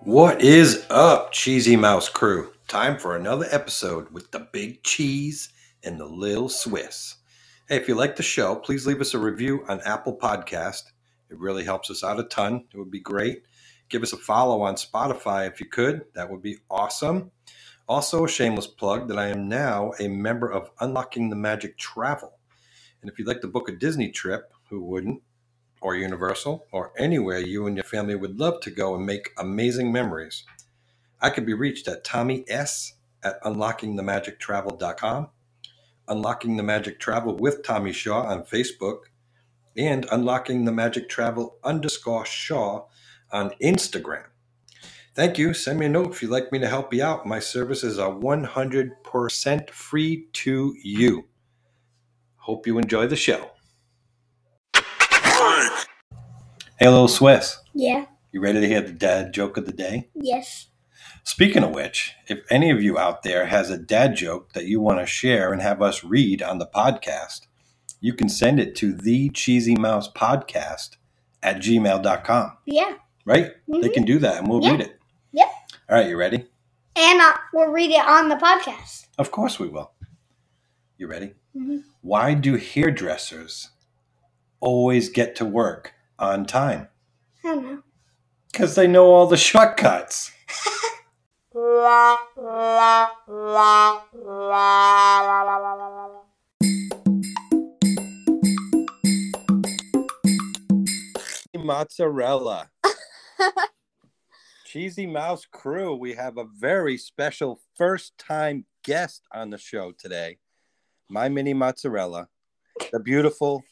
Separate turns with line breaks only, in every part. What is up, Cheesy Mouse crew? Time for another episode with the Big Cheese and the Lil Swiss. Hey, if you like the show, please leave us a review on Apple Podcast. It really helps us out a ton. It would be great. Give us a follow on Spotify if you could. That would be awesome. Also, a shameless plug that I am now a member of Unlocking the Magic Travel. And if you'd like to book a Disney trip, who wouldn't? or Universal, or anywhere you and your family would love to go and make amazing memories. I can be reached at Tommy S at unlockingthemagictravel.com, Unlocking the Magic Travel with Tommy Shaw on Facebook, and Unlocking the Magic Travel underscore Shaw on Instagram. Thank you. Send me a note if you'd like me to help you out. My services are 100% free to you. Hope you enjoy the show. Hey, little Swiss.
Yeah.
You ready to hear the dad joke of the day?
Yes.
Speaking of which, if any of you out there has a dad joke that you want to share and have us read on the podcast, you can send it to the cheesy mouse podcast at gmail.com.
Yeah.
Right? They
Mhm.
can do that and we'll
Yeah.
read it.
Yep.
All right, you ready?
And uh, we'll read it on the podcast.
Of course we will. You ready?
Mhm.
Why do hairdressers always get to work on time?
I don't know.
Because they know all the shortcuts. Mozzarella. Cheesy Mouse crew, we have a very special first time guest on the show today. My mini mozzarella, the beautiful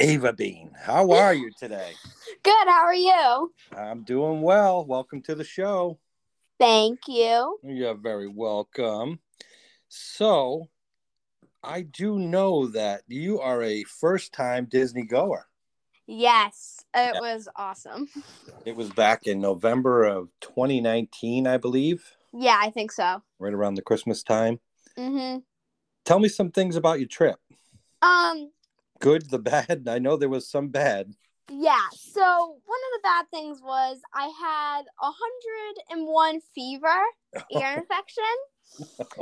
Ava Bean. How are you today?
Good, how are you?
I'm doing well. Welcome to the show.
Thank you.
You're very welcome. So, I do know that you are a first time Disney goer.
Yes, it
Yeah.
was awesome.
It was back in November of 2019, I believe,
Yeah, I think so.
right around the Christmas time.
hmm
Tell me some things about your trip.
Um,
Good, the bad. I know there was some bad.
yeah, so one of the bad things was I had a 101 fever, ear infection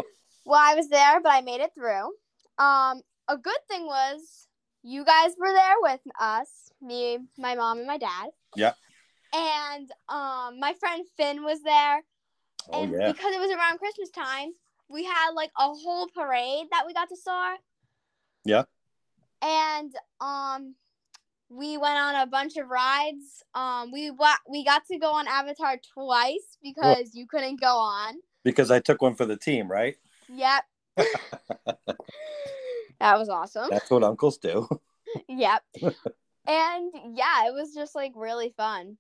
while I was there, but I made it through. Um, a good thing was you guys were there with us, me, my mom, and my dad.
Yeah.
And um, my friend Finn was there.
Oh,
and
yeah.
because it was around Christmas time, we had like a whole parade that we got to saw.
Yeah.
And um we went on a bunch of rides. Um we wa- we got to go on Avatar twice because you couldn't go on.
Because I took one for the team, right?
Yep. that was awesome.
That's what uncles do.
Yep. And yeah, it was just like really fun.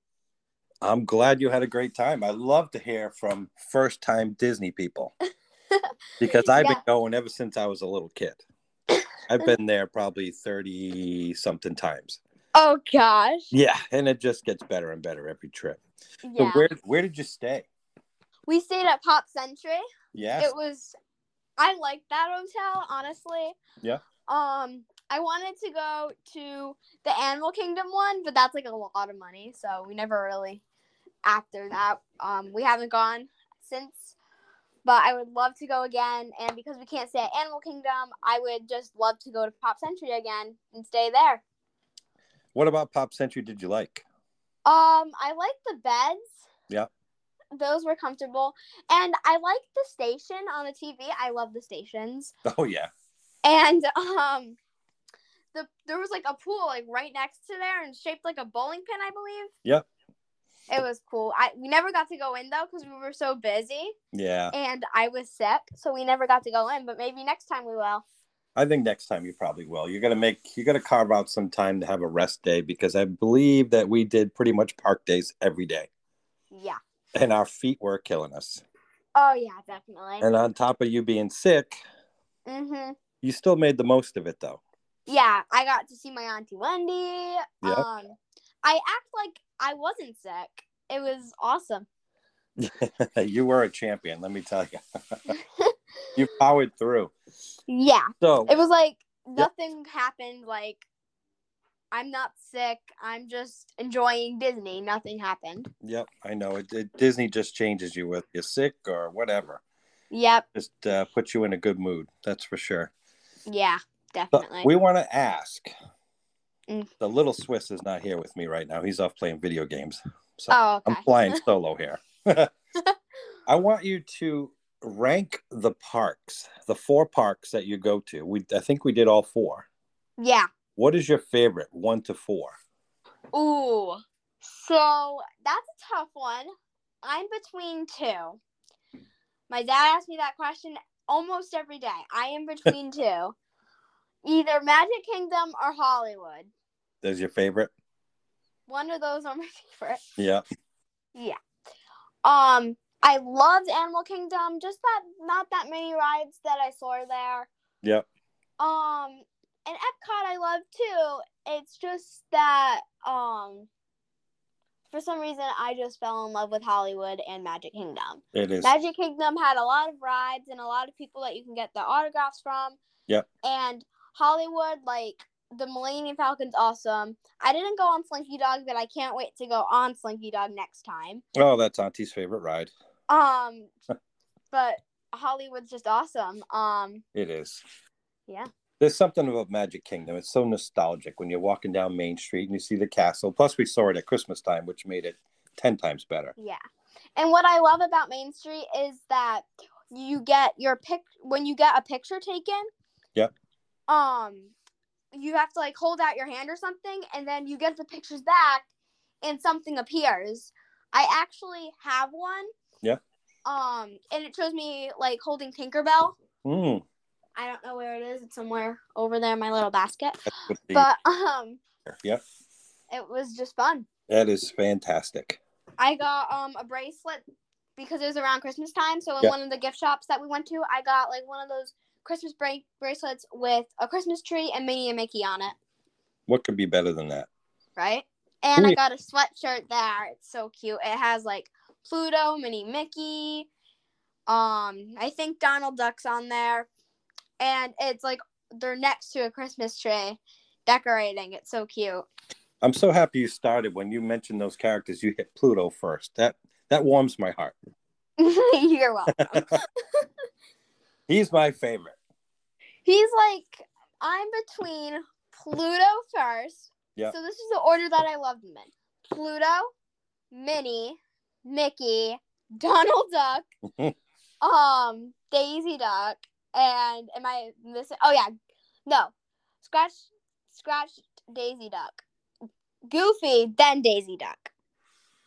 I'm glad you had a great time. I love to hear from first time Disney people because I've been
Yeah.
going ever since I was a little kid. I've been there probably 30 something times.
Oh gosh.
Yeah. And it just gets better and better every trip. So
Yeah.
where where did you stay?
We stayed at Pop Century.
Yes.
it was I liked that hotel, honestly.
Yeah.
Um I wanted to go to the Animal Kingdom one, but that's like a lot of money, so we never really after that. Um we haven't gone since but I would love to go again and because we can't stay at Animal Kingdom, I would just love to go to Pop Century again and stay there.
What about Pop Century did you like?
Um, I like the beds.
Yeah.
Those were comfortable. And I like the station on the TV. I love the stations.
Oh yeah.
And um the there was like a pool like right next to there and shaped like a bowling pin, I believe.
Yep.
It was cool. I we never got to go in though because we were so busy
Yeah.
and I was sick, so we never got to go in, but maybe next time we will.
I think next time you probably will. You're gonna make you gotta carve out some time to have a rest day because I believe that we did pretty much park days every day.
Yeah.
And our feet were killing us.
Oh yeah, definitely.
And on top of you being sick,
Mhm.
you still made the most of it though.
Yeah, I got to see my auntie Wendy.
Yeah.
Um I act like I wasn't sick. It was awesome.
you were a champion, let me tell you. You powered through.
yeah.
So
It was like nothing happened like I'm not sick. I'm just enjoying Disney. Nothing happened.
Yep, I know. It, it, Disney just changes you with you're sick or whatever.
Yep.
Just uh, puts you in a good mood. That's for sure.
Yeah.
But
Definitely.
we want to ask.
Mm.
The little Swiss is not here with me right now. He's off playing video games. So
oh,
I'm
okay.
flying solo here. I want you to rank the parks, the four parks that you go to. We I think we did all four.
yeah.
What is your favorite, one to four?
Ooh. So that's a tough one. I'm between two. My dad asked me that question almost every day. I am between two. Either Magic Kingdom or Hollywood.
That's your favorite?
One of those are my favorite.
Yeah.
Um, I loved Animal Kingdom. Just that not that many rides that I saw there.
Yep.
Um, and Epcot I love too. It's just that um, for some reason I just fell in love with Hollywood and Magic Kingdom.
It is.
Magic Kingdom had a lot of rides and a lot of people that you can get the autographs from.
Yep.
And Hollywood, like the Millennium Falcon's awesome. I didn't go on Slinky Dog, but I can't wait to go on Slinky Dog next time.
Oh, that's Auntie's favorite ride.
Um, but Hollywood's just awesome. Um,
It is.
Yeah.
There's something about Magic Kingdom. It's so nostalgic when you're walking down Main Street and you see the castle. Plus, we saw it at Christmas time, which made it 10 times better.
yeah. And what I love about Main Street is that you get your pic when you get a picture taken.
Yep.
Um, you have to like hold out your hand or something, and then you get the pictures back, and something appears. I actually have one.
Yep.
Um, and it shows me like holding Tinkerbell.
Mm,
I don't know where it is. It's somewhere over there in my little basket.
that's what the-
But um,
yep.
it was just fun.
That is fantastic.
I got um a bracelet because it was around Christmas time. So in
Yeah.
one of the gift shops that we went to, I got like one of those Christmas break bracelets with a Christmas tree and Minnie and Mickey on it,
What could be better than that?
right? And
Cool.
I got a sweatshirt there. It's so cute. It has like Pluto, Minnie, Mickey. Um, I think Donald Duck's on there, and it's like they're next to a Christmas tree, decorating. It's so cute.
I'm so happy you started when you mentioned those characters. You hit Pluto first. That that warms my heart.
You're welcome.
He's my favorite.
He's like, I'm between Pluto first.
Yeah.
So this is the order that I loved him in. Pluto, Minnie, Mickey, Donald Duck, um, Daisy Duck, and am I missing? Oh yeah, no, scratch, scratch Daisy Duck, Goofy, then Daisy Duck.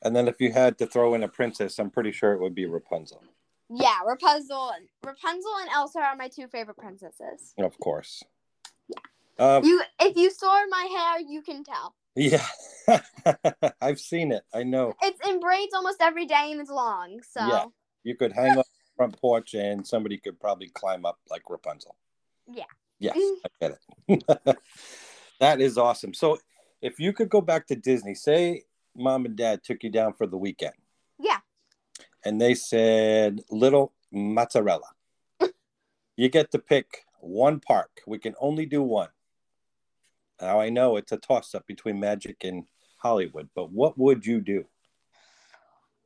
And then if you had to throw in a princess, I'm pretty sure it would be Rapunzel,
Yeah, Rapunzel, Rapunzel and Elsa are my two favorite princesses.
of course. Uh,
You, if you saw my hair, you can tell.
yeah, I've seen it. I know.
It's in braids almost every day and it's long. So
Yeah. You could hang on the front porch, and somebody could probably climb up like Rapunzel.
Yeah. Mm-hmm.
Yes, I get it. that is awesome. So, if you could go back to Disney, say mom and dad took you down for the weekend.
Yeah.
and they said little mozzarella. you get to pick one park. We can only do one. Now I know it's a toss up between Magic and Hollywood, but what would you do?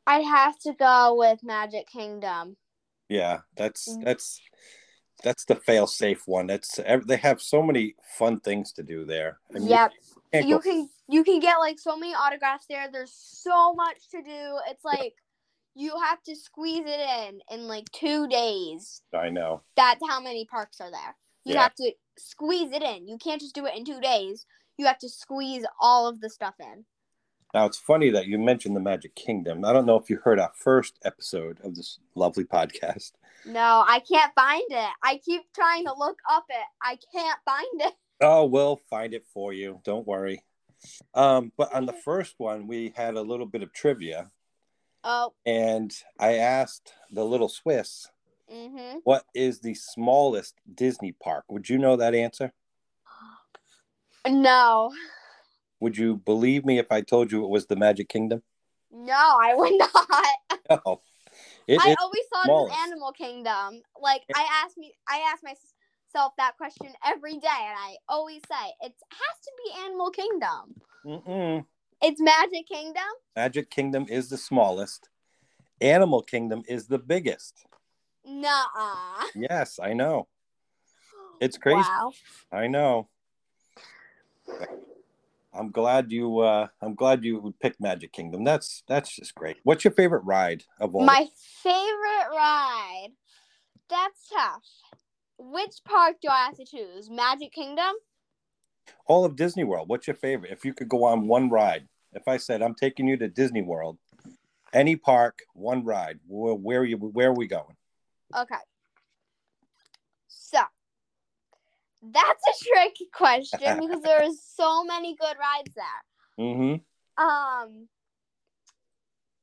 I'd have to go with Magic Kingdom.
Yeah, that's
Mm.
that's that's the fail safe one. That's ev- they have so many fun things to do there. I mean,
yep.
you can't
You
go-
can you can get like so many autographs there. There's so much to do. It's like you have to squeeze it in in like 2 days.
I know.
That's how many parks are there. You
Yeah.
have to squeeze it in. You can't just do it in 2 days. You have to squeeze all of the stuff in.
Now it's funny that you mentioned the Magic Kingdom. I don't know if you heard our first episode of this lovely podcast.
No, I can't find it. I keep trying to look up it. I can't find it.
Oh, we'll find it for you. Don't worry. Um, but on the first one, we had a little bit of trivia,
Oh,
and I asked the little Swiss,
mhm.
"What is the smallest Disney park?" Would you know that answer?
No,
Would you believe me if I told you it was the Magic Kingdom?
no, I would not.
No, it
I
is
always thought it
smallest.
was Animal Kingdom. Like I asked me, I asked my s- myself that question every day, and I always say it has to be Animal Kingdom.
Mm-mm.
It's Magic Kingdom.
Magic Kingdom is the smallest. Animal Kingdom is the biggest.
Nuh-uh.
Yes, I know. It's crazy.
Wow.
I know. I'm glad you. Uh, I'm glad you would pick Magic Kingdom. That's that's just great. What's your favorite ride of all?
My favorite ride. That's tough. Which park do I have to choose? Magic Kingdom?
all of Disney World. What's your favorite? If you could go on one ride, if I said I'm taking you to Disney World, any park, one ride. Where, where are you? Where are we going?
Okay. So that's a tricky question because there is so many good rides there.
Mm-hmm.
Um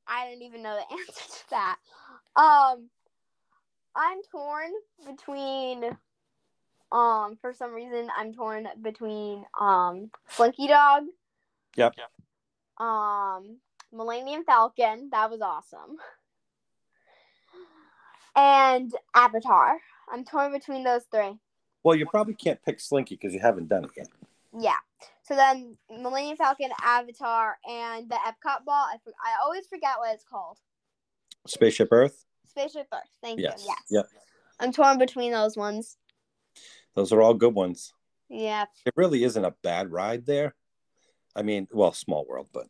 I don't even know the answer to that. Um I'm torn between um for some reason I'm torn between um Slinky Dog
Yep.
um Millennium Falcon. That was awesome. And Avatar. I'm torn between those three.
Well, you probably can't pick Slinky because you haven't done it yet.
Yeah. So then Millennium Falcon, Avatar, and the Epcot ball. I, for- I always forget what it's called.
Spaceship Earth.
Spaceship Earth. Thank
Yes.
you. Yes.
Yep.
I'm torn between those ones.
Those are all good ones.
Yeah.
It really isn't a bad ride there. I mean, well, small world, but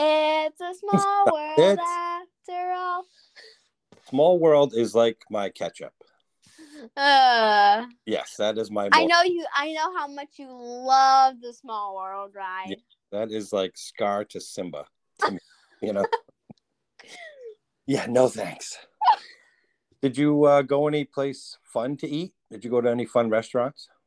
It's a small world
it.
after all.
small world is like my catch up.
Uh,
Yes, that is my.
I
most-
know you. I know how much you love the small world ride.
That is like Scar to Simba, to me, you know. yeah, no thanks. Did you uh, go any place fun to eat? Did you go to any fun restaurants?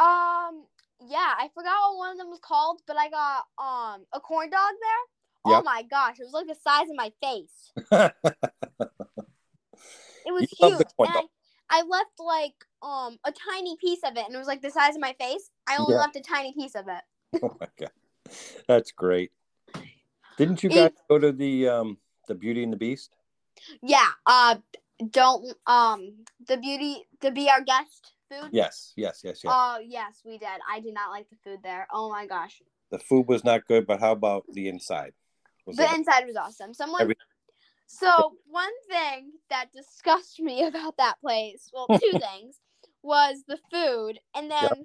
Um, yeah, I forgot what one of them was called, but I got um a corn dog there. Oh
Yep.
my gosh, it was like the size of my face.
Oh
It was
love the
huge.
corn
and
dog.
I, I left like um a tiny piece of it, and it was like the size of my face. I only
Yeah.
left a tiny piece of it.
oh my god, that's great. Didn't you
Eat-
guys go to the um the Beauty and the Beast?
Yeah. Uh, don't um the beauty the be our guest food.
Yes, yes, yes, yes.
Oh yes, we did. I did not like the food there. Oh my gosh,
the food was not good, but how about the inside? Was
the
it-
inside was awesome. Someone.
Every-
so one thing that disgusted me about that place, well, two things, was the food, and then
Yep.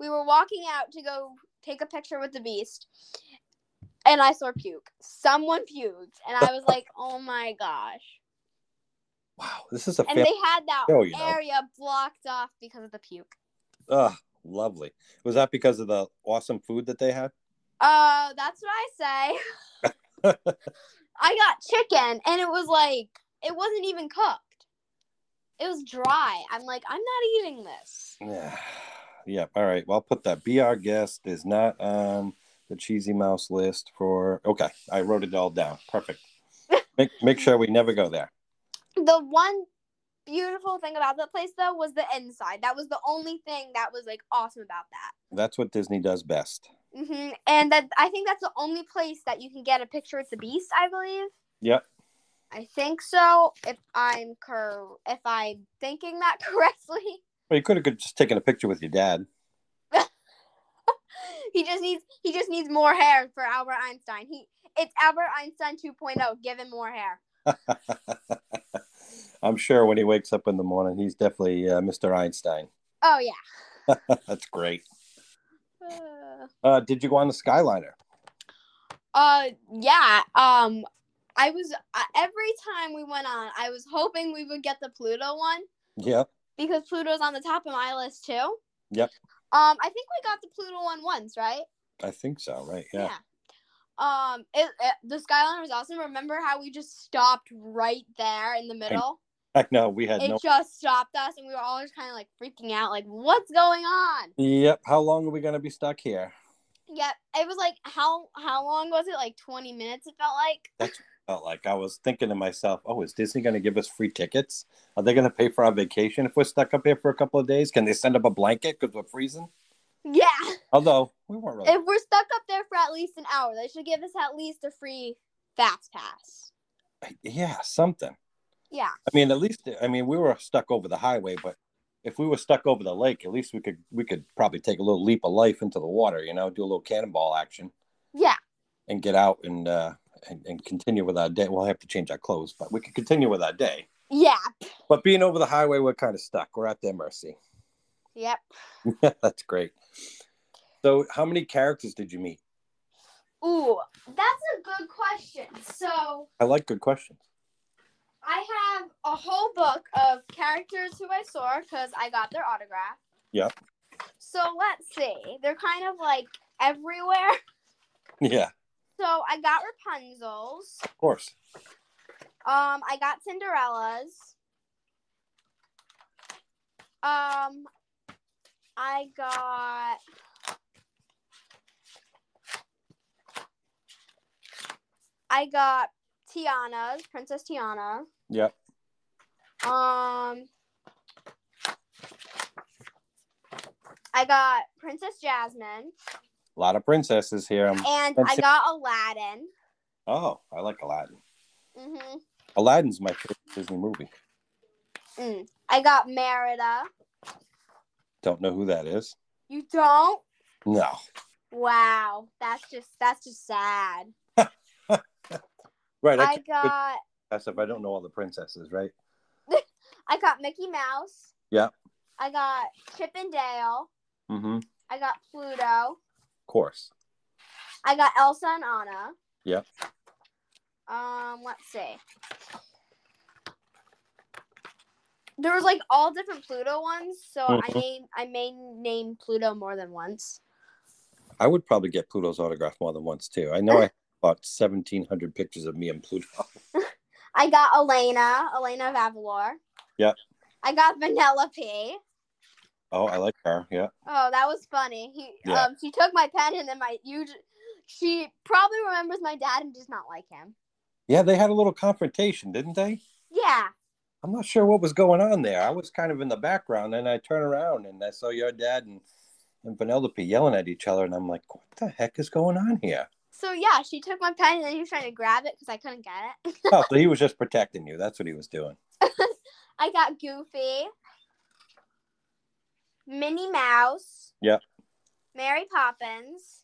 we were walking out to go take a picture with the beast, and I saw puke. Someone puked, and I was like, "Oh my gosh!"
wow, this is a
And
family.
they had that
show, Oh, you know.
area blocked off because of the puke.
Ugh, lovely. Was that because of the awesome food that they had?
Oh, that's what I say. I got chicken and it was like it wasn't even cooked. It was dry. I'm like, I'm not eating this.
Yeah. Yep. All right. Well, I'll put that. Be our guest is not on the cheesy mouse list for. Okay, I wrote it all down. Perfect. Make make sure we never go there.
The one beautiful thing about that place though was the inside. That was the only thing that was like awesome about that.
That's what Disney does best.
hmm And that I think that's the only place that you can get a picture with the beast. I believe.
Yep.
I think so. If I'm cor- if I'm thinking that correctly.
Well, you could have just taken a picture with your dad.
he just needs he just needs more hair for Albert Einstein. He it's Albert Einstein 2.0. Give him more hair.
I'm sure when he wakes up in the morning, he's definitely uh, Mr. Einstein.
Oh yeah.
That's great.
Uh,
Uh, did you go on the Skyliner?
Uh yeah. Um I was uh, every time we went on, I was hoping we would get the Pluto one
Yep.
because Pluto's on the top of my list too.
Yep.
Um I think we got the Pluto one once, right?
I think so. Right. Yeah.
Um it, it the Skyliner was awesome. Remember how we just stopped right there in the middle?
I know we had
it
no.
just stopped us and we were all just kind of like freaking out like what's going on
Yep. How long are we gonna be stuck here?
yep it was like how how long was it like 20 minutes it felt like
felt like I was thinking to myself, "Oh, is Disney going to give us free tickets? Are they going to pay for our vacation if we're stuck up here for a couple of days? Can they send up a blanket because we're freezing?"
yeah
Although we weren't really.
if we're stuck up there for at least an hour they should give us at least a free fast pass
yeah, something.
yeah
I mean, at least I mean we were stuck over the highway, but if we were stuck over the lake, at least we could we could probably take a little leap of life into the water, you know, do a little cannonball action
Yeah.
and get out and uh and, and continue with our day. We'll have to change our clothes, but we could continue with our day.
Yeah.
But being over the highway, we're kind of stuck. We're at their mercy.
Yep.
That's great. So, how many characters did you meet?
Ooh, that's a good question. So
I like good questions.
I have a whole book of characters who I saw because I got their autograph.
Yep.
So let's see. They're kind of like everywhere.
Yeah,
So I got Rapunzel's.
of course.
Um, I got Cinderella's. Um, I got. I got Tiana's Princess Tiana.
Yep.
Um, I got Princess Jasmine,
A lot of princesses here. Um,
and I
Princess-
got Aladdin.
oh, I like Aladdin.
hmm
Aladdin's my favorite Disney movie.
Mm. I got Merida.
Don't know who that is.
You don't?
No.
Wow, that's just that's just sad.
Right. I
I
can't
got
pass if I don't know all the princesses, right?
I got Mickey Mouse.
Yeah.
I got Chip and Dale.
Mm-hmm. Of
I got Pluto.
course.
I got Elsa and Anna.
Yep.
Um, let's see. There was like all different Pluto ones, so I
Mhm.
name I may name Pluto more than once.
I would probably get Pluto's autograph more than once too. I know I have about seventeen hundred pictures of me and Pluto.
I got Elena, Elena of Avalor.
Yep.
I got Vanellope.
Oh, I like her. Yeah.
Oh, that was funny. He
Yeah.
um she took my pen and then my you j- she probably remembers my dad and does not like him.
Yeah, they had a little confrontation, didn't they?
Yeah.
I'm not sure what was going on there. I was kind of in the background, and I turn around and I saw your dad and and Penelope yelling at each other, and I'm like, "What the heck is going on here?"
So yeah, she took my pen and then he was trying to grab it because I couldn't get it.
oh, so he was just protecting you. That's what he was doing.
I got Goofy, Minnie Mouse.
Yep.
Mary Poppins.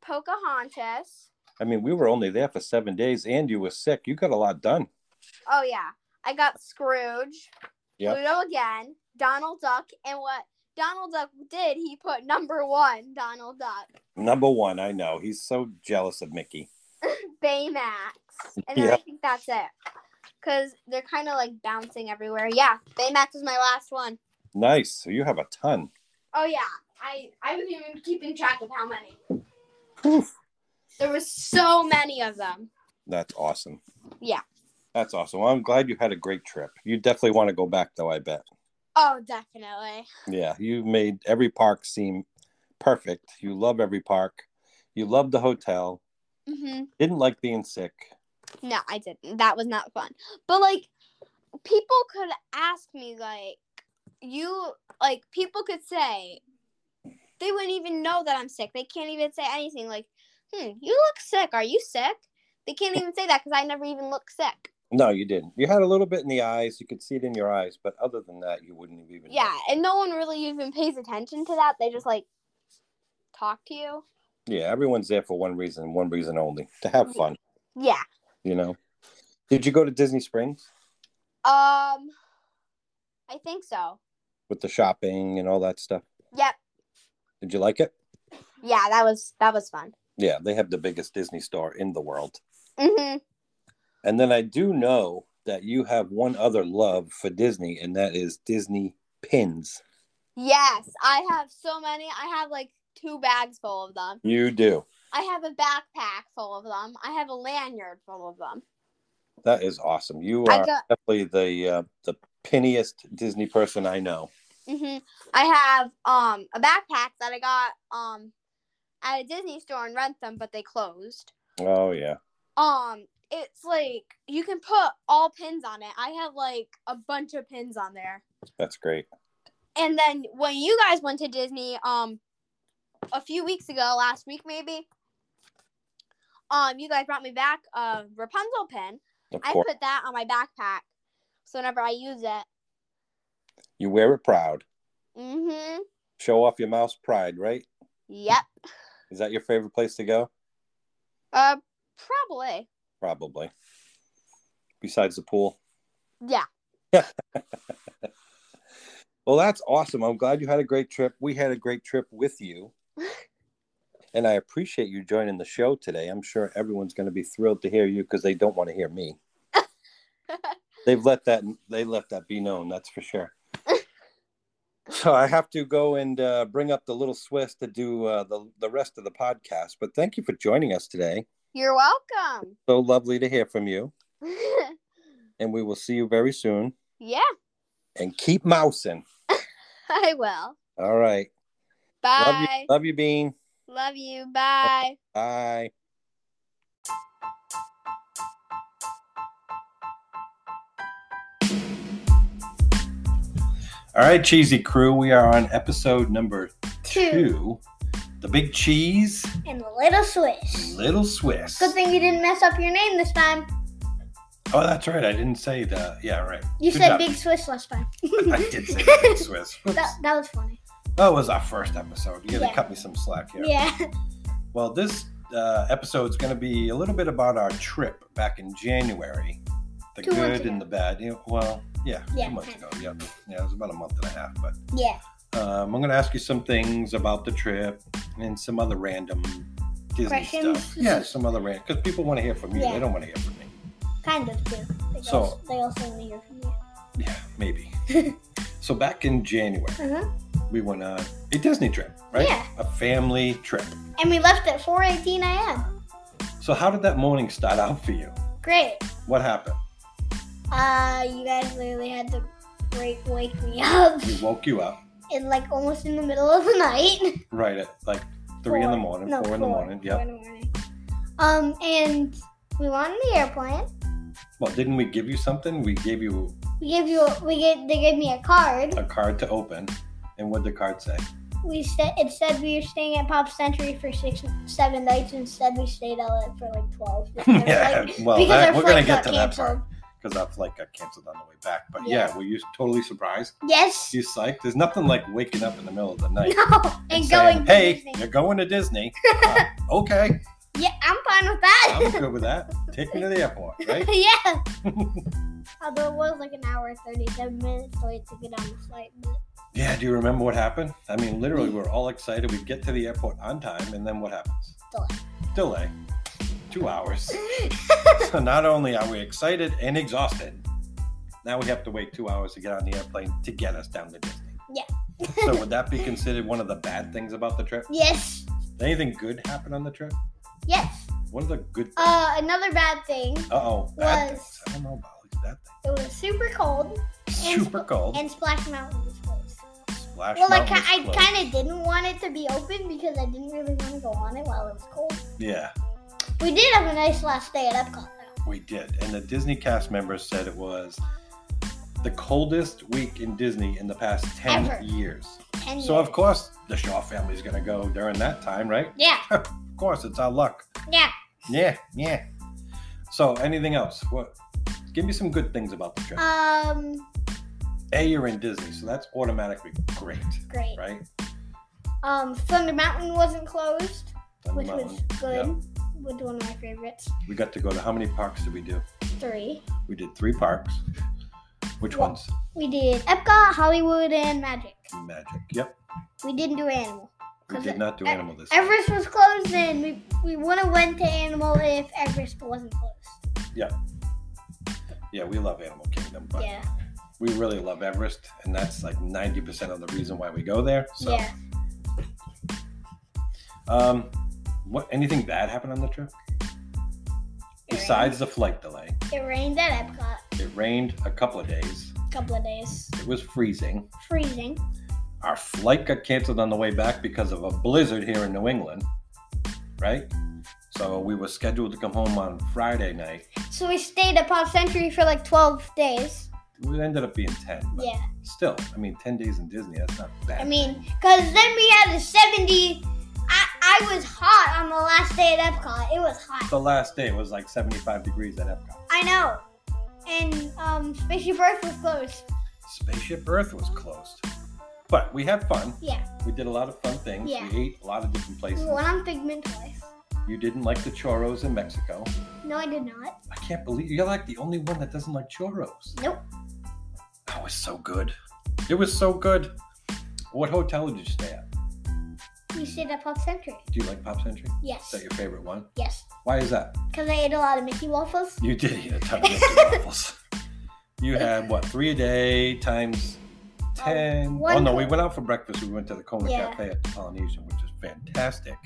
Pocahontas.
I mean, we were only there for seven days, and you were sick. You got a lot done.
Oh yeah, I got Scrooge.
Yep.
Pluto again. Donald Duck and what Donald Duck did, he put number one Donald Duck.
Number one, I know he's so jealous of Mickey.
Baymax. And then
Yeah.
I think that's it. Because they're kind of like bouncing everywhere. Yeah, Baymax was my last one.
Nice. So you have a ton.
Oh, yeah. I, I was even keeping track of how many.
Oof.
There was so many of them.
That's awesome.
Yeah.
That's awesome. Well, I'm glad you had a great trip. You definitely want to go back, though. I bet.
Oh, definitely.
Yeah, you made every park seem perfect. You love every park. You love the hotel.
hmm
Didn't like being sick.
No, I didn't. That was not fun. But like, people could ask me, like, you, like, people could say, they wouldn't even know that I'm sick. They can't even say anything like, hmm, you look sick. Are you sick? They can't even say that because I never even look sick.
No, you didn't. You had a little bit in the eyes. You could see it in your eyes, but other than that, you wouldn't have even. known.
Yeah, and no one really even pays attention to that. They just like talk to you.
Yeah, everyone's there for one reason, one reason only to have fun,
Yeah.
you know? Did you go to Disney Springs
Um, I think so.
with the shopping and all that stuff?
Yep.
Did you like it?
Yeah, that was that was fun.
Yeah, they have the biggest Disney store in the world.
Mhm.
And then I do know that you have one other love for Disney, and that is Disney pins.
Yes, I have so many. I have like two bags full of them.
You do.
I have a backpack full of them. I have a lanyard full of them.
That is awesome. You
I
are
got-
definitely the uh, the pinniest Disney person I know.
hmm I have um a backpack that I got um at a Disney store in Rentham, but they closed.
Oh yeah,
Um, it's like you can put all pins on it. I have like a bunch of pins on there.
that's great.
And then when you guys went to Disney, um, a few weeks ago, last week maybe, um, you guys brought me back a Rapunzel pin.
Of
I
course,
put that on my backpack, so whenever I use it,
You wear it proud.
Mm-hmm.
Show off your mouse pride, right?
Yep.
Is that your favorite place to go?
Uh, probably.
Probably. Besides the pool.
Yeah.
Well, that's awesome. I'm glad you had a great trip. We had a great trip with you. and I appreciate you joining the show today. I'm sure everyone's going to be thrilled to hear you because they don't want to hear me. They've let that they let that be known, that's for sure. so I have to go and uh, bring up the little Swiss to do uh, the the rest of the podcast. But thank you for joining us today.
You're welcome.
So lovely to hear from you, and we will see you very soon.
yeah,
And keep mousing.
I will.
All right. Love
Bye.
you, love you, Bean.
Love you. Bye.
Bye. All right, Cheesy Crew, we are on episode number
Two.
two The Big Cheese,
And the little Swiss.
Little Swiss.
Good thing you didn't mess up your name this time.
Oh, that's right. I didn't say the. Yeah, right.
You
Good
said
job.
Big Swiss last time.
I did say the Big Swiss. Oops.
That, that was funny.
That was our first episode. You gotta
Yeah.
cut me some slack here.
Yeah.
Well, this uh, episode is going to be a little bit about our trip back in January, the
Two months
good
ago.
and the bad. You know, well, yeah,
Yeah,
two months
kind
ago. Yeah, yeah, it was about a month and a half. But
Yeah.
um, I'm going to ask you some things about the trip and some other random Disney
Questions?
stuff. Yeah, some other random because people want to hear from you.
Yeah.
They don't want to hear from me.
Kind of too. They
So-
also, they also want to hear from you.
Yeah, maybe. so back in January,
Uh-huh.
we went on a Disney trip, right?
Yeah.
A family trip.
And we left at 4:18 a.m.
So how did that morning start out for you?
Great.
What happened?
Uh, you guys literally had to break, wake me up,
We woke you up.
in like almost in the middle of the night.
Right at like three in the
Four.
morning,
No,
four, in the morning.
four
Yep.
in the morning. Um, and we went on the airplane.
Well, didn't we give you something? We gave you
We gave you, we gave, they gave me a card.
a card to open, and what did the card say?
We said it said we were staying at Pop Century for six, seven nights. Instead, we stayed out it for like twelve. Because,
yeah.
like,
well,
because
that,
our
we're gonna
flight
get
got
to that
canceled.
part because our flight got canceled on the way back. But yeah,
Yeah.
were you totally surprised?
Yes.
You psyched? There's nothing like waking up in the middle of the night
No. And
saying,
going.
"Hey,
crazy.
you're going to Disney." Uh, okay,
Yeah, I'm fine with that.
I'm good with that. Take me to the airport, right?
yeah. Although it was like an hour and 37 minutes late to get on the flight. But
Yeah. Do you remember what happened? I mean, literally, we we're all excited. We get to the airport on time, and then what happens?
Delay.
Delay. Two hours. So not only are we excited and exhausted, now we have to wait two hours to get on the airplane to get us down to Disney.
Yeah.
so would that be considered one of the bad things about the trip?
yes.
Did anything good happen on the trip?
Yes.
What are the good things? Uh
Uh, another bad thing.
oh, bad
was-
things. I don't know about these bad
It was super cold
things.
And-
Super cold.
and Splash Mountain was closed.
Splash
Well, like
Mountain was
I
closed.
kind of didn't want it to be open because I didn't really want to go on it while it was cold.
Yeah,
We did have a nice last day at Epcot though.
we did. And the Disney cast members said it was the coldest week in Disney in the past ten
Ever.
years.
Ten
So of
years.
course the Shaw family's gonna go during that time, right?
Yeah.
Of course, it's our luck.
Yeah.
Yeah, yeah. So, anything else? What? Give me some good things about the trip.
Um.
a, you're in Disney, so that's automatically great,
Great.
right?
Um. Thunder Mountain wasn't closed,
Thunder
which
Mountain.
was good. Which one of my favorites.
We got to go to how many parks did we do?
Three.
We did three parks. Which
Well-
ones?
We did Epcot, Hollywood, and Magic.
Magic. Yep.
We didn't do Animal.
We
'Cause
did not do
e-
animal this time.
Everest was closed, and we, we wouldn't have went to Animal if Everest wasn't closed.
Yeah, we love Animal Kingdom, but
Yeah,
we really love Everest, and that's like 90% of the reason why we go there. So,
yeah.
um, what? Anything bad happened on the trip
It
besides the flight delay?
rained, it rained at Epcot
It rained a couple of days.
a couple of days,
It was freezing.
freezing.
Our flight got canceled on the way back because of a blizzard here in New England, right? So we were scheduled to come home on Friday night.
So we stayed at Pop Century for like 12 days.
It ended up being 10, but
Yeah,
still, I mean, 10 days in Disney, that's not bad.
I mean, because then we had a 70. I, I was hot on the last day at Epcot. It was hot.
the last day was like 75 degrees at Epcot.
I know. And um, Spaceship Earth was closed.
Spaceship Earth was closed. But we had fun.
Yeah.
We did a lot of fun things.
Yeah.
We ate a lot of different places.
We went on Figment twice.
You didn't like the choros in Mexico.
No, I did not.
I can't believe you're like the only one that doesn't like choros.
Nope.
That was so good. It was so good. What hotel did you stay at?
We stayed at Pop Century.
Do you like Pop Century? Is
Yes.
that your favorite one?
Yes.
Why is that?
Because I ate a lot of Mickey waffles.
You did eat a ton of Mickey waffles. You had what three a day times ten?
Uh, one
oh no,
co-
we went out for breakfast. We went to the Coma
Yeah.
Cafe at the Polynesian, which is fantastic.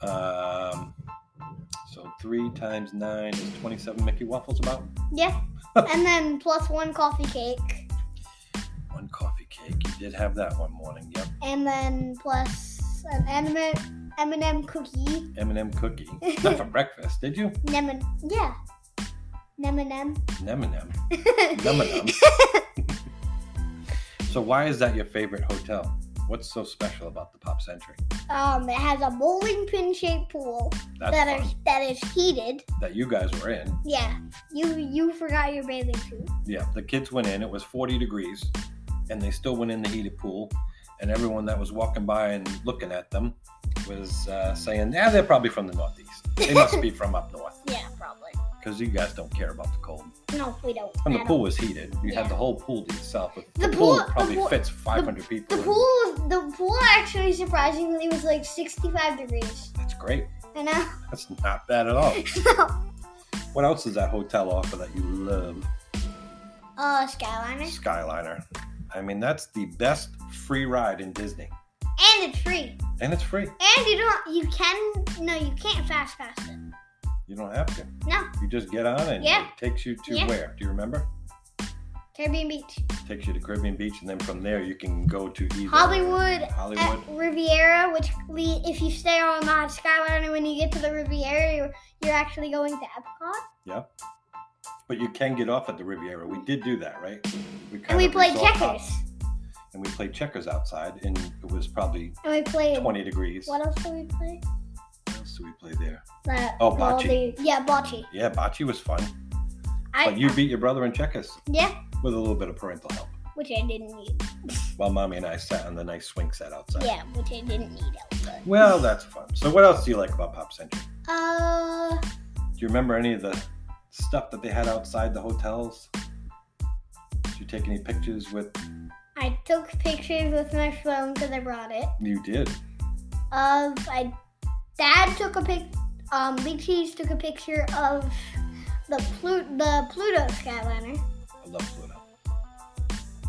Um, so three times nine is twenty-seven Mickey waffles. About
Yeah. and then plus one coffee cake.
one coffee cake. You did have that one morning. Yep,
And then plus an M&M, M&M cookie.
M&M cookie. Not for breakfast, did you?
Lemon. Yeah. M&M.
M&M, M&M. so why is that your favorite hotel? What's so special about the Pop Century?
um, it has a bowling pin shaped pool
That's
that
fun.
is that is heated.
that you guys were in.
Yeah. You you forgot your bathing suit.
Yeah, the kids went in. It was 40 degrees, and they still went in the heated pool. And everyone that was walking by and looking at them was uh, saying, "Yeah, they're probably from the Northeast. They must be from up north,
Yeah, probably.
because you guys don't care about the cold."
No, we don't.
And the
I don't.
pool was heated. You
Yeah.
had the whole pool to yourself.
The pool- the
probably
pool-
fits 500 people.
The
in.
pool was the pool actually surprisingly was like 65 degrees.
That's great.
I know.
That's not bad at all. what else does that hotel offer that you love?
Uh, Skyliner.
Skyliner. I mean, that's the best free ride in Disney,
And it's free.
and it's free.
And you don't you can no you can't fast pass it.
You don't have to.
No.
You just get on and
Yeah.
it takes you to
Yeah.
where? Do you remember?
Caribbean Beach,
takes you to Caribbean Beach, and then from there you can go to either
Hollywood,
Hollywood.
at Riviera, which we if you stay on the Skyliner when you get to the Riviera, you're, you're actually going to Epcot.
But you can get off at the Riviera. We did do that, right? We
And
kind
we
of
played
resort
checkers.
hopped, and we played checkers outside, and it was probably
And we played
20 degrees.
what else did we play?
What else did we play there?
That
Oh,
ball
bocce.
the- yeah, bocce.
Yeah, bocce was fun.
I
but you beat your brother in checkers
yeah,
with a little bit of parental help.
which I didn't need.
While mommy and I sat on the nice swing set outside.
Yeah, which I didn't need. Elsa.
Well, that's fun. So, what else do you like about Pop Century?
Uh,
Do you remember any of the stuff that they had outside the hotels? Did you take any pictures with?
I took pictures with my phone because I brought it.
You did.
Of I, Dad took a pic. Um, Big Cheese took a picture of the Plu- the Pluto Skyliner.
I love Pluto.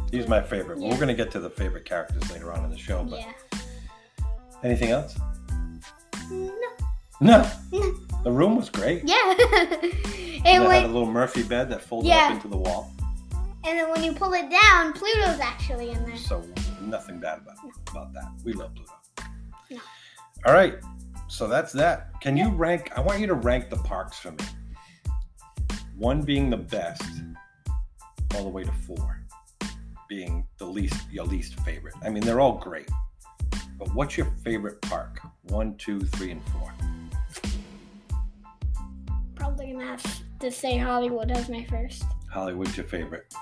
He's my favorite. But
Yeah.
We're gonna get to the favorite characters later on in the show. Oh, But
Yeah.
anything else?
No.
No. the room was great.
Yeah.
They
and
had a
when
little Murphy bed that folded
Yeah.
up into the wall,
and then when you pull it down, Pluto's actually in there.
so nothing bad about about that. We love Pluto.
No.
All right. So that's that. Can you rank? I want you to rank the parks for me. One being the best, all the way to four being the least your least favorite. I mean, they're all great, but what's your favorite park? One, two, three, and four.
Probably gonna have to say Hollywood as my first.
Hollywood's your favorite.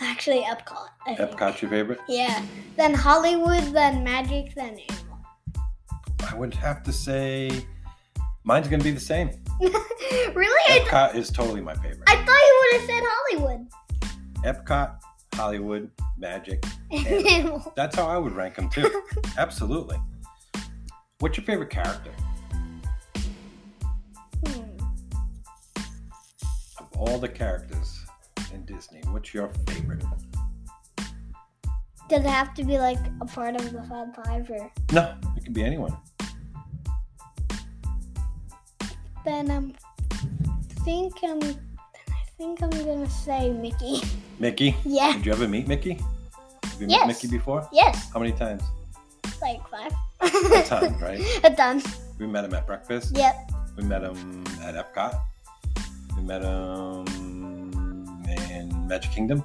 Actually, Epcot. I think.
Epcot's your favorite.
Yeah. Then Hollywood, then Magic, then Animal.
I would have to say, mine's gonna be the same.
really? I, th-
Epcot is totally my favorite.
I thought you would have said Hollywood.
Epcot, Hollywood, Magic.
And
Yeah.
Animal.
That's how I would rank them too. Absolutely. What's your favorite character
Hmm.
of all the characters in Disney? What's your favorite?
Does it have to be like a part of the Fab Five or?
No, it could be anyone.
Then I'm think I'm I think I'm gonna say Mickey.
Mickey.
Yeah.
Did you ever meet Mickey? Have you
Yes.
met Mickey before?
Yes.
How many times?
Like five.
A ton, right?
A ton.
We met him at breakfast.
Yep.
We met him at Epcot. We met him in Magic Kingdom,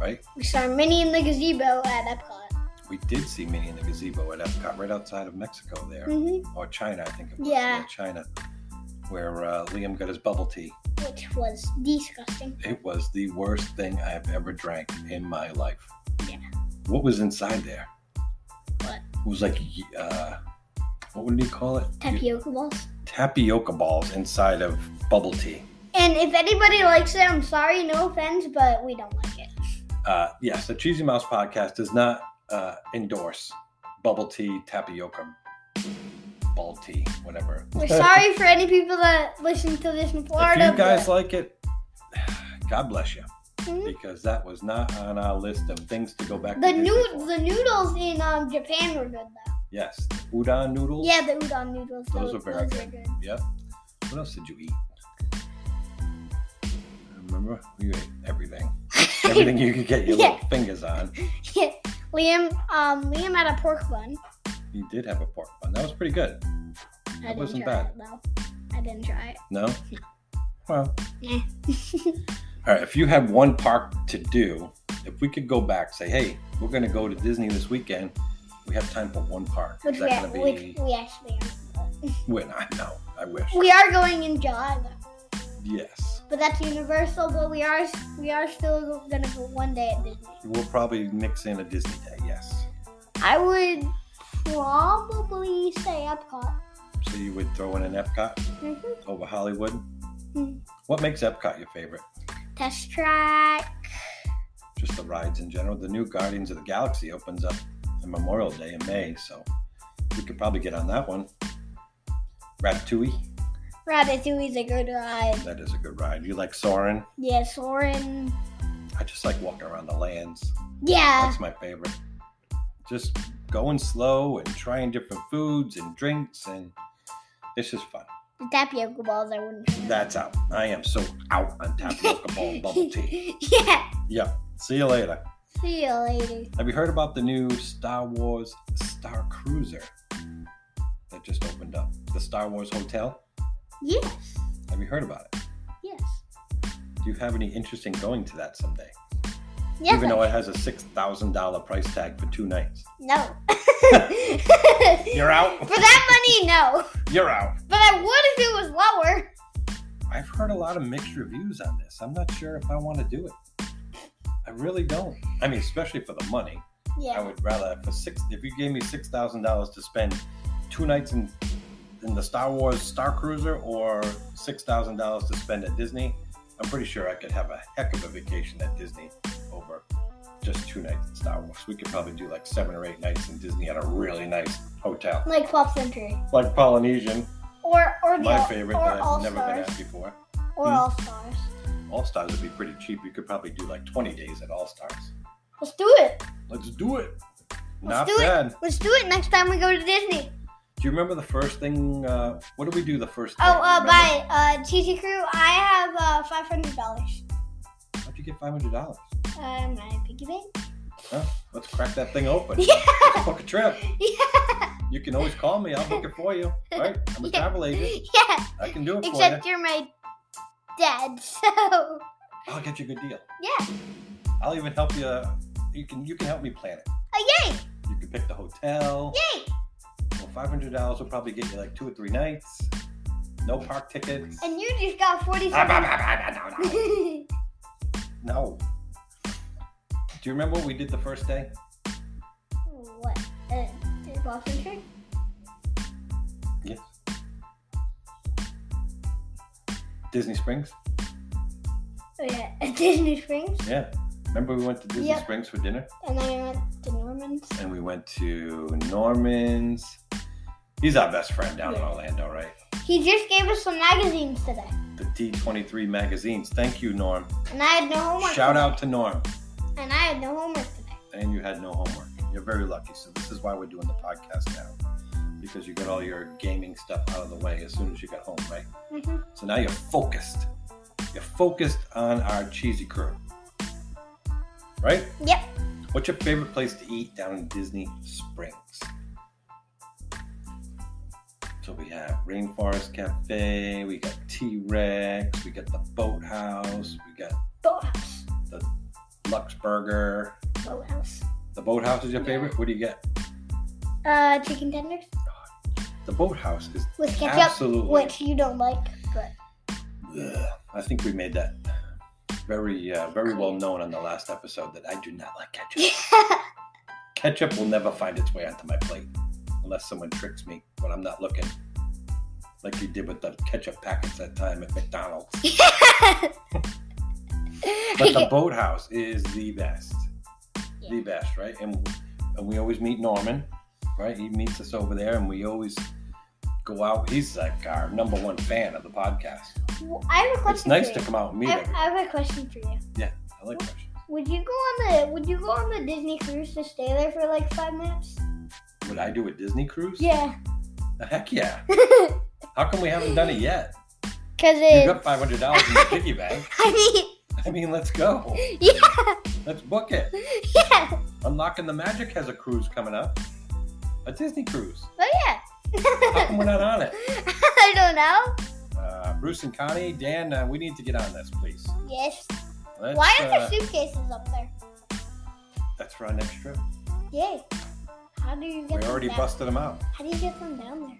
right?
We saw Minnie in the gazebo at Epcot.
We did see Minnie in the gazebo at Epcot, right outside of Mexico there,
Mm-hmm.
or China, I think it was.
Yeah.
China. where uh, Liam got his bubble tea.
which was disgusting.
It was the worst thing I've ever drank in my life.
Yeah.
What was inside there?
What?
It was like, y- uh, what would you call it?
Tapioca balls.
Tapioca balls inside of bubble tea.
And if anybody likes it, I'm sorry, no offense, but we don't like it.
Uh, yes, the Cheesy Mouse podcast does not uh, endorse bubble tea, tapioca, ball tea, whatever.
We're sorry for any people that listen to this in Florida.
if you guys
but-
like it, God bless you,
Mhm.
because that was not on our list of things to go back
the
to.
nood-
noodles.
the noodles in um, Japan were good though.
Yes, the udon noodles.
Yeah, the udon noodles.
Those
those
are very
those good.
Yep. What else did you eat? I Remember, you ate everything. Everything you could get your
Yeah.
little fingers on.
Liam, um, Liam had a pork bun.
You did have a pork bun. That was pretty good.
I didn't
wasn't
try
bad.
it though. I didn't try it.
No? Well.
Nah.
All right, if you had one park to do, if we could go back, say, hey, we're going to go to Disney this weekend, we have time for one park.
Which
Is
we,
that
are,
going to
which
be.
we actually are.
When? I know. I wish.
We are going in July though,
Yes.
but that's Universal. But we are we are still gonna go one day at Disney.
We'll probably mix in a Disney day, yes.
I would probably say Epcot.
So you would throw in an Epcot
Mhm.
over Hollywood?
Mm.
What makes Epcot your favorite?
Test track.
Just the rides in general. The new Guardians of the Galaxy opens up on Memorial Day in May, so we could probably get on that one. Ratatouille,
Ratatouille is a good ride.
that is a good ride. You like Soarin'?
Yeah, Soren.
I just like walking around the lands.
Yeah,
That's my favorite. Just going slow and trying different foods and drinks, and it's just fun.
the tapioca balls I wouldn't. try.
That's out. I am so out on tapioca ball and bubble tea.
yeah.
See you later.
See you later.
Have you heard about the new Star Wars Star Cruiser that just opened up? The Star Wars Hotel?
Yes.
Have you heard about it?
Yes.
Do you have any interest in going to that someday?
Yes.
Even
I-
though it has a $6,000 price tag for two nights.
no.
You're out.
For that money, no.
You're out.
But I would if it was lower.
I've heard a lot of mixed reviews on this. I'm not sure if I want to do it. I really don't. I mean, especially for the money. I
Yeah.
would rather for six. If you gave me six thousand dollars to spend two nights in in the Star Wars Star Cruiser, or six thousand dollars to spend at Disney, I'm pretty sure I could have a heck of a vacation at Disney over just two nights in Star Wars. We could probably do like seven or eight nights in Disney at a really nice hotel,
Like Pop Century.
like Polynesian,
Or or the
my
All-
favorite
or
that
All
I've never been
Stars.
at before.
Or
Hmm.
All Stars.
All Stars would be pretty cheap. You could probably do like 20 days at All Stars.
Let's do it.
Let's do it. Not
Let's do it.
bad.
Let's do it next time we go to Disney.
Do you remember the first thing? Uh, what did we do the first?
Oh,
thing?
uh,
Remember?
by uh, TT Crew, I have uh, five hundred dollars.
How'd you get five hundred dollars?
Uh, my piggy bank.
Let's crack that thing open.
Yeah.
Let's book a trip.
Yeah.
You can always call me. I'll book it for you. Right? I'm a
Yeah.
travel agent.
Yeah.
I can do it
Except
for
you're my dad, so Uh,
you. I'll get you a good deal.
yeah.
I'll even help you. uh, You can you can help me plan it.
Oh yay!
You can pick the hotel.
Yay!
Well, five hundred dollars will probably get you like two or three nights. No park tickets.
And you just got forty.
Ah, bah, bah, bah, bah, bah, bah. No. Do you remember what we did the first day?
what? Uh, Pop Century?
Yes. Disney Springs?
Oh yeah, Disney Springs.
Yeah. Remember we went to Disney
Yep.
Springs for dinner?
And then I went to Norman's.
And we went to Norman's. He's our best friend down in
Yeah.
Orlando, right?
He just gave us some magazines today,
The D23 magazines. Thank you, Norm.
and I had no homework.
Shout
today.
out to Norm.
And I had no homework today.
And you had no homework. You're very lucky. So this is why we're doing the podcast now. Because you got all your gaming stuff out of the way as soon as you got home, right?
Mm-hmm.
So now you're focused. You're focused on our cheesy crew. Right?
Yep.
What's your favorite place to eat down in Disney Springs? So we have Rainforest Cafe, we got T Rex, we got the Boathouse, we got
Boathouse.
Lux Burger.
Boathouse.
The Boathouse is your
Yeah.
favorite? What do you get?
Uh, chicken tenders
The Boathouse is
with ketchup,
absolutely
which you don't like. but
Ugh, I think we made that very, uh, very well known on the last episode that I do not like ketchup. ketchup will never find its way onto my plate unless someone tricks me when I'm not looking, like you did with the ketchup packets that time at McDonald's. But the boathouse is the best, the best, right? And, and we always meet Norman, right? He meets us over there, and we always go out. He's like our number one fan of the podcast.
Well, I have a question.
It's nice
for
to
you.
come out and meet
I,
everyone.
I have a question for you.
I like questions.
Would you go on the Would you go on the Disney cruise to stay there for like five minutes?
Would I do a Disney cruise?
Yeah,
Heck yeah.
because
How come we haven't done it yet? You
it.
got five hundred dollars in your piggy bank.
I
I mean, let's go.
mean, yeah,
Let's book it.
yeah.
Unlocking the Magic has a cruise coming up. A Disney cruise.
Oh yeah.
How come we're not on it?
I don't know.
Uh, Bruce and Connie, Dan, uh, we need to get on this, please.
Yes.
Let's,
Why are
uh,
there suitcases up there?
That's for our next trip.
Yay. How do you
We
get? them
already
down?
busted them out.
How do you get them down there?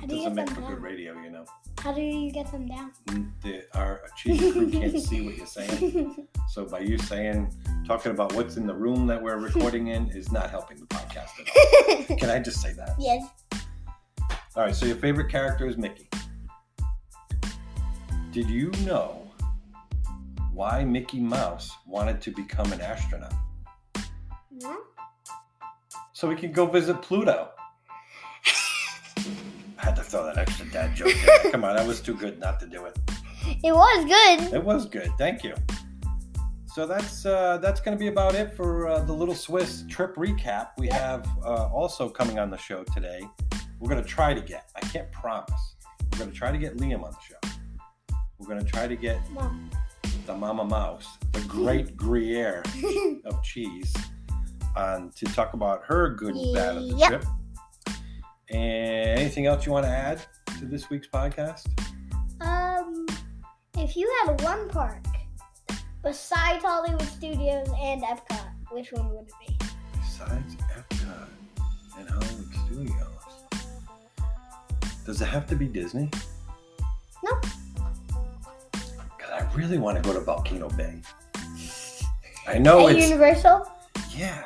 How do
Doesn't
you get them
make for good
down?
radio, you know. Mm,
How do you get them down?
The, our cheesy crew can't see what you're saying. So by you saying, talking about what's in the room that we're recording in is not helping the podcast at all. Can I just say that?
yes.
All right, so your favorite character is Mickey. Did you know why Mickey Mouse wanted to become an astronaut?
No.
So we could go visit Pluto. I had to throw that extra dad joke in. there. Come on, that was too good not to do it.
It was good.
It was good. Thank you. So that's uh, that's going to be about it for uh, the Little Swiss trip recap. We have uh, also coming on the show today. We're going to try to get. I can't promise. We're going to try to get Liam on the show. We're going to try to get
Mom.
the Mama Mouse, the great Gruyere of cheese, on to talk about her good and bad of the
Yep.
trip. And anything else you want to add to this week's podcast?
Um, if you had one park besides Hollywood Studios and Epcot, which one would it be?
Besides Epcot and Hollywood Studios, does it have to be Disney?
No.
Because I really want to go to Volcano Bay. I know
At
Oh, it's
Universal?
yeah.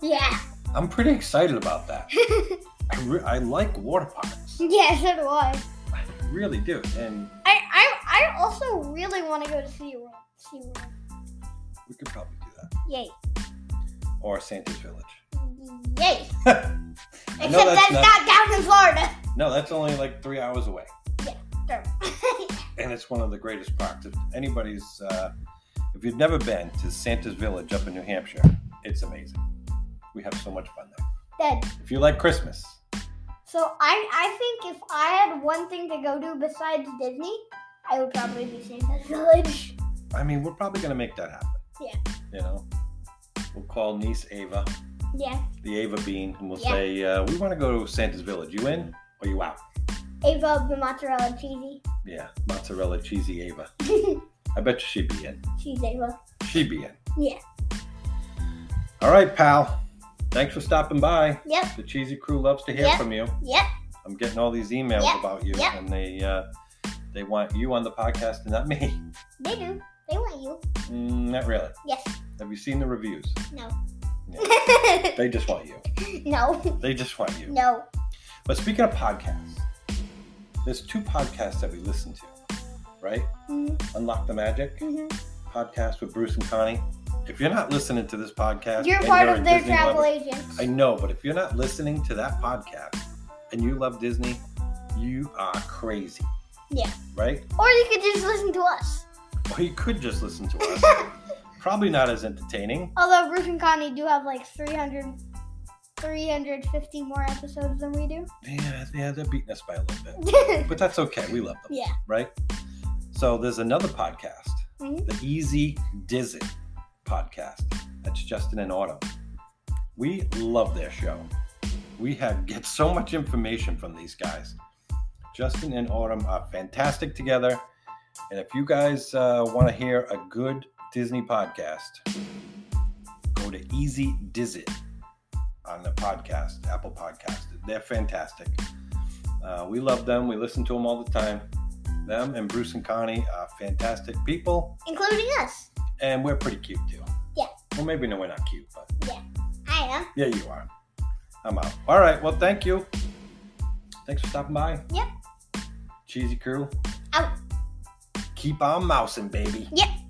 Yeah.
I'm pretty excited about that. I, re- I like water parks.
yes, it was.
I really do. And
I, I, I also really want to go to SeaWorld. SeaWorld.
we could probably do that.
Yay.
Or Santa's Village.
Yay.
I
Except
know
that's,
that's not.
not down in Florida.
No, that's only like three hours away.
Sure.
and it's one of the greatest parks. If anybody's, uh, if you've never been to Santa's Village up in New Hampshire, it's amazing. We have so much fun there.
Dead.
If you like Christmas,
So I, I think if I had one thing to go to besides Disney, I would probably be Santa's Village.
I mean, we're probably going to make that happen.
Yeah.
You know, we'll call niece Ava,
Yeah.
the Ava Bean, and we'll
Yeah.
say, uh, we want to go to Santa's Village. You in or you out?
Ava, the mozzarella cheesy.
Yeah, mozzarella cheesy Ava. I bet you she'd be in.
She's Ava.
She'd be in.
Yeah.
All right, pal. Thanks for stopping by.
Yep.
The Cheesy Crew loves to hear
Yeah.
from you.
Yep.
I'm getting all these emails
Yeah,
about you,
yeah.
and they uh, they want you on the podcast and not me.
They do. They want you.
Mm, not really.
Yes.
Have you seen the reviews?
No.
Yeah. they just want you.
no.
They just want you.
No.
But speaking of podcasts, there's two podcasts that we listen to, right?
Mm-hmm.
Unlock the Magic podcast with Bruce and Connie. If you're not listening to this podcast,
You're
and
part
a
of their
Disney
travel
lover-
agents.
I know, but if you're not listening to that podcast and you love Disney, you are crazy.
Yeah.
Right?
Or you could just listen to us.
Or you could just listen to us. Probably not as entertaining.
Although Bruce and Connie do have like 300, 350 more episodes than we do.
Yeah, yeah, they're beating us by a little bit. But that's okay. We love them.
yeah.
Right? So there's another podcast,
Mhm.
the Easy Dizzy podcast. That's Justin and Autumn. We love their show. We have get so much information from these guys. Justin and Autumn are fantastic together. And if you guys uh, want to hear a good Disney podcast, go to Easy Dizzy on the podcast, Apple Podcast. They're fantastic. Uh, we love them. We listen to them all the time. Them and Bruce and Connie are fantastic people,
including us.
and we're pretty cute too.
Yeah.
Well, maybe no, we're not cute, but
I am.
yeah, you are. I'm out. All right. Well, thank you. Thanks for stopping by.
Yep.
Cheesy crew.
Out.
Keep on mousing, baby.
Yep.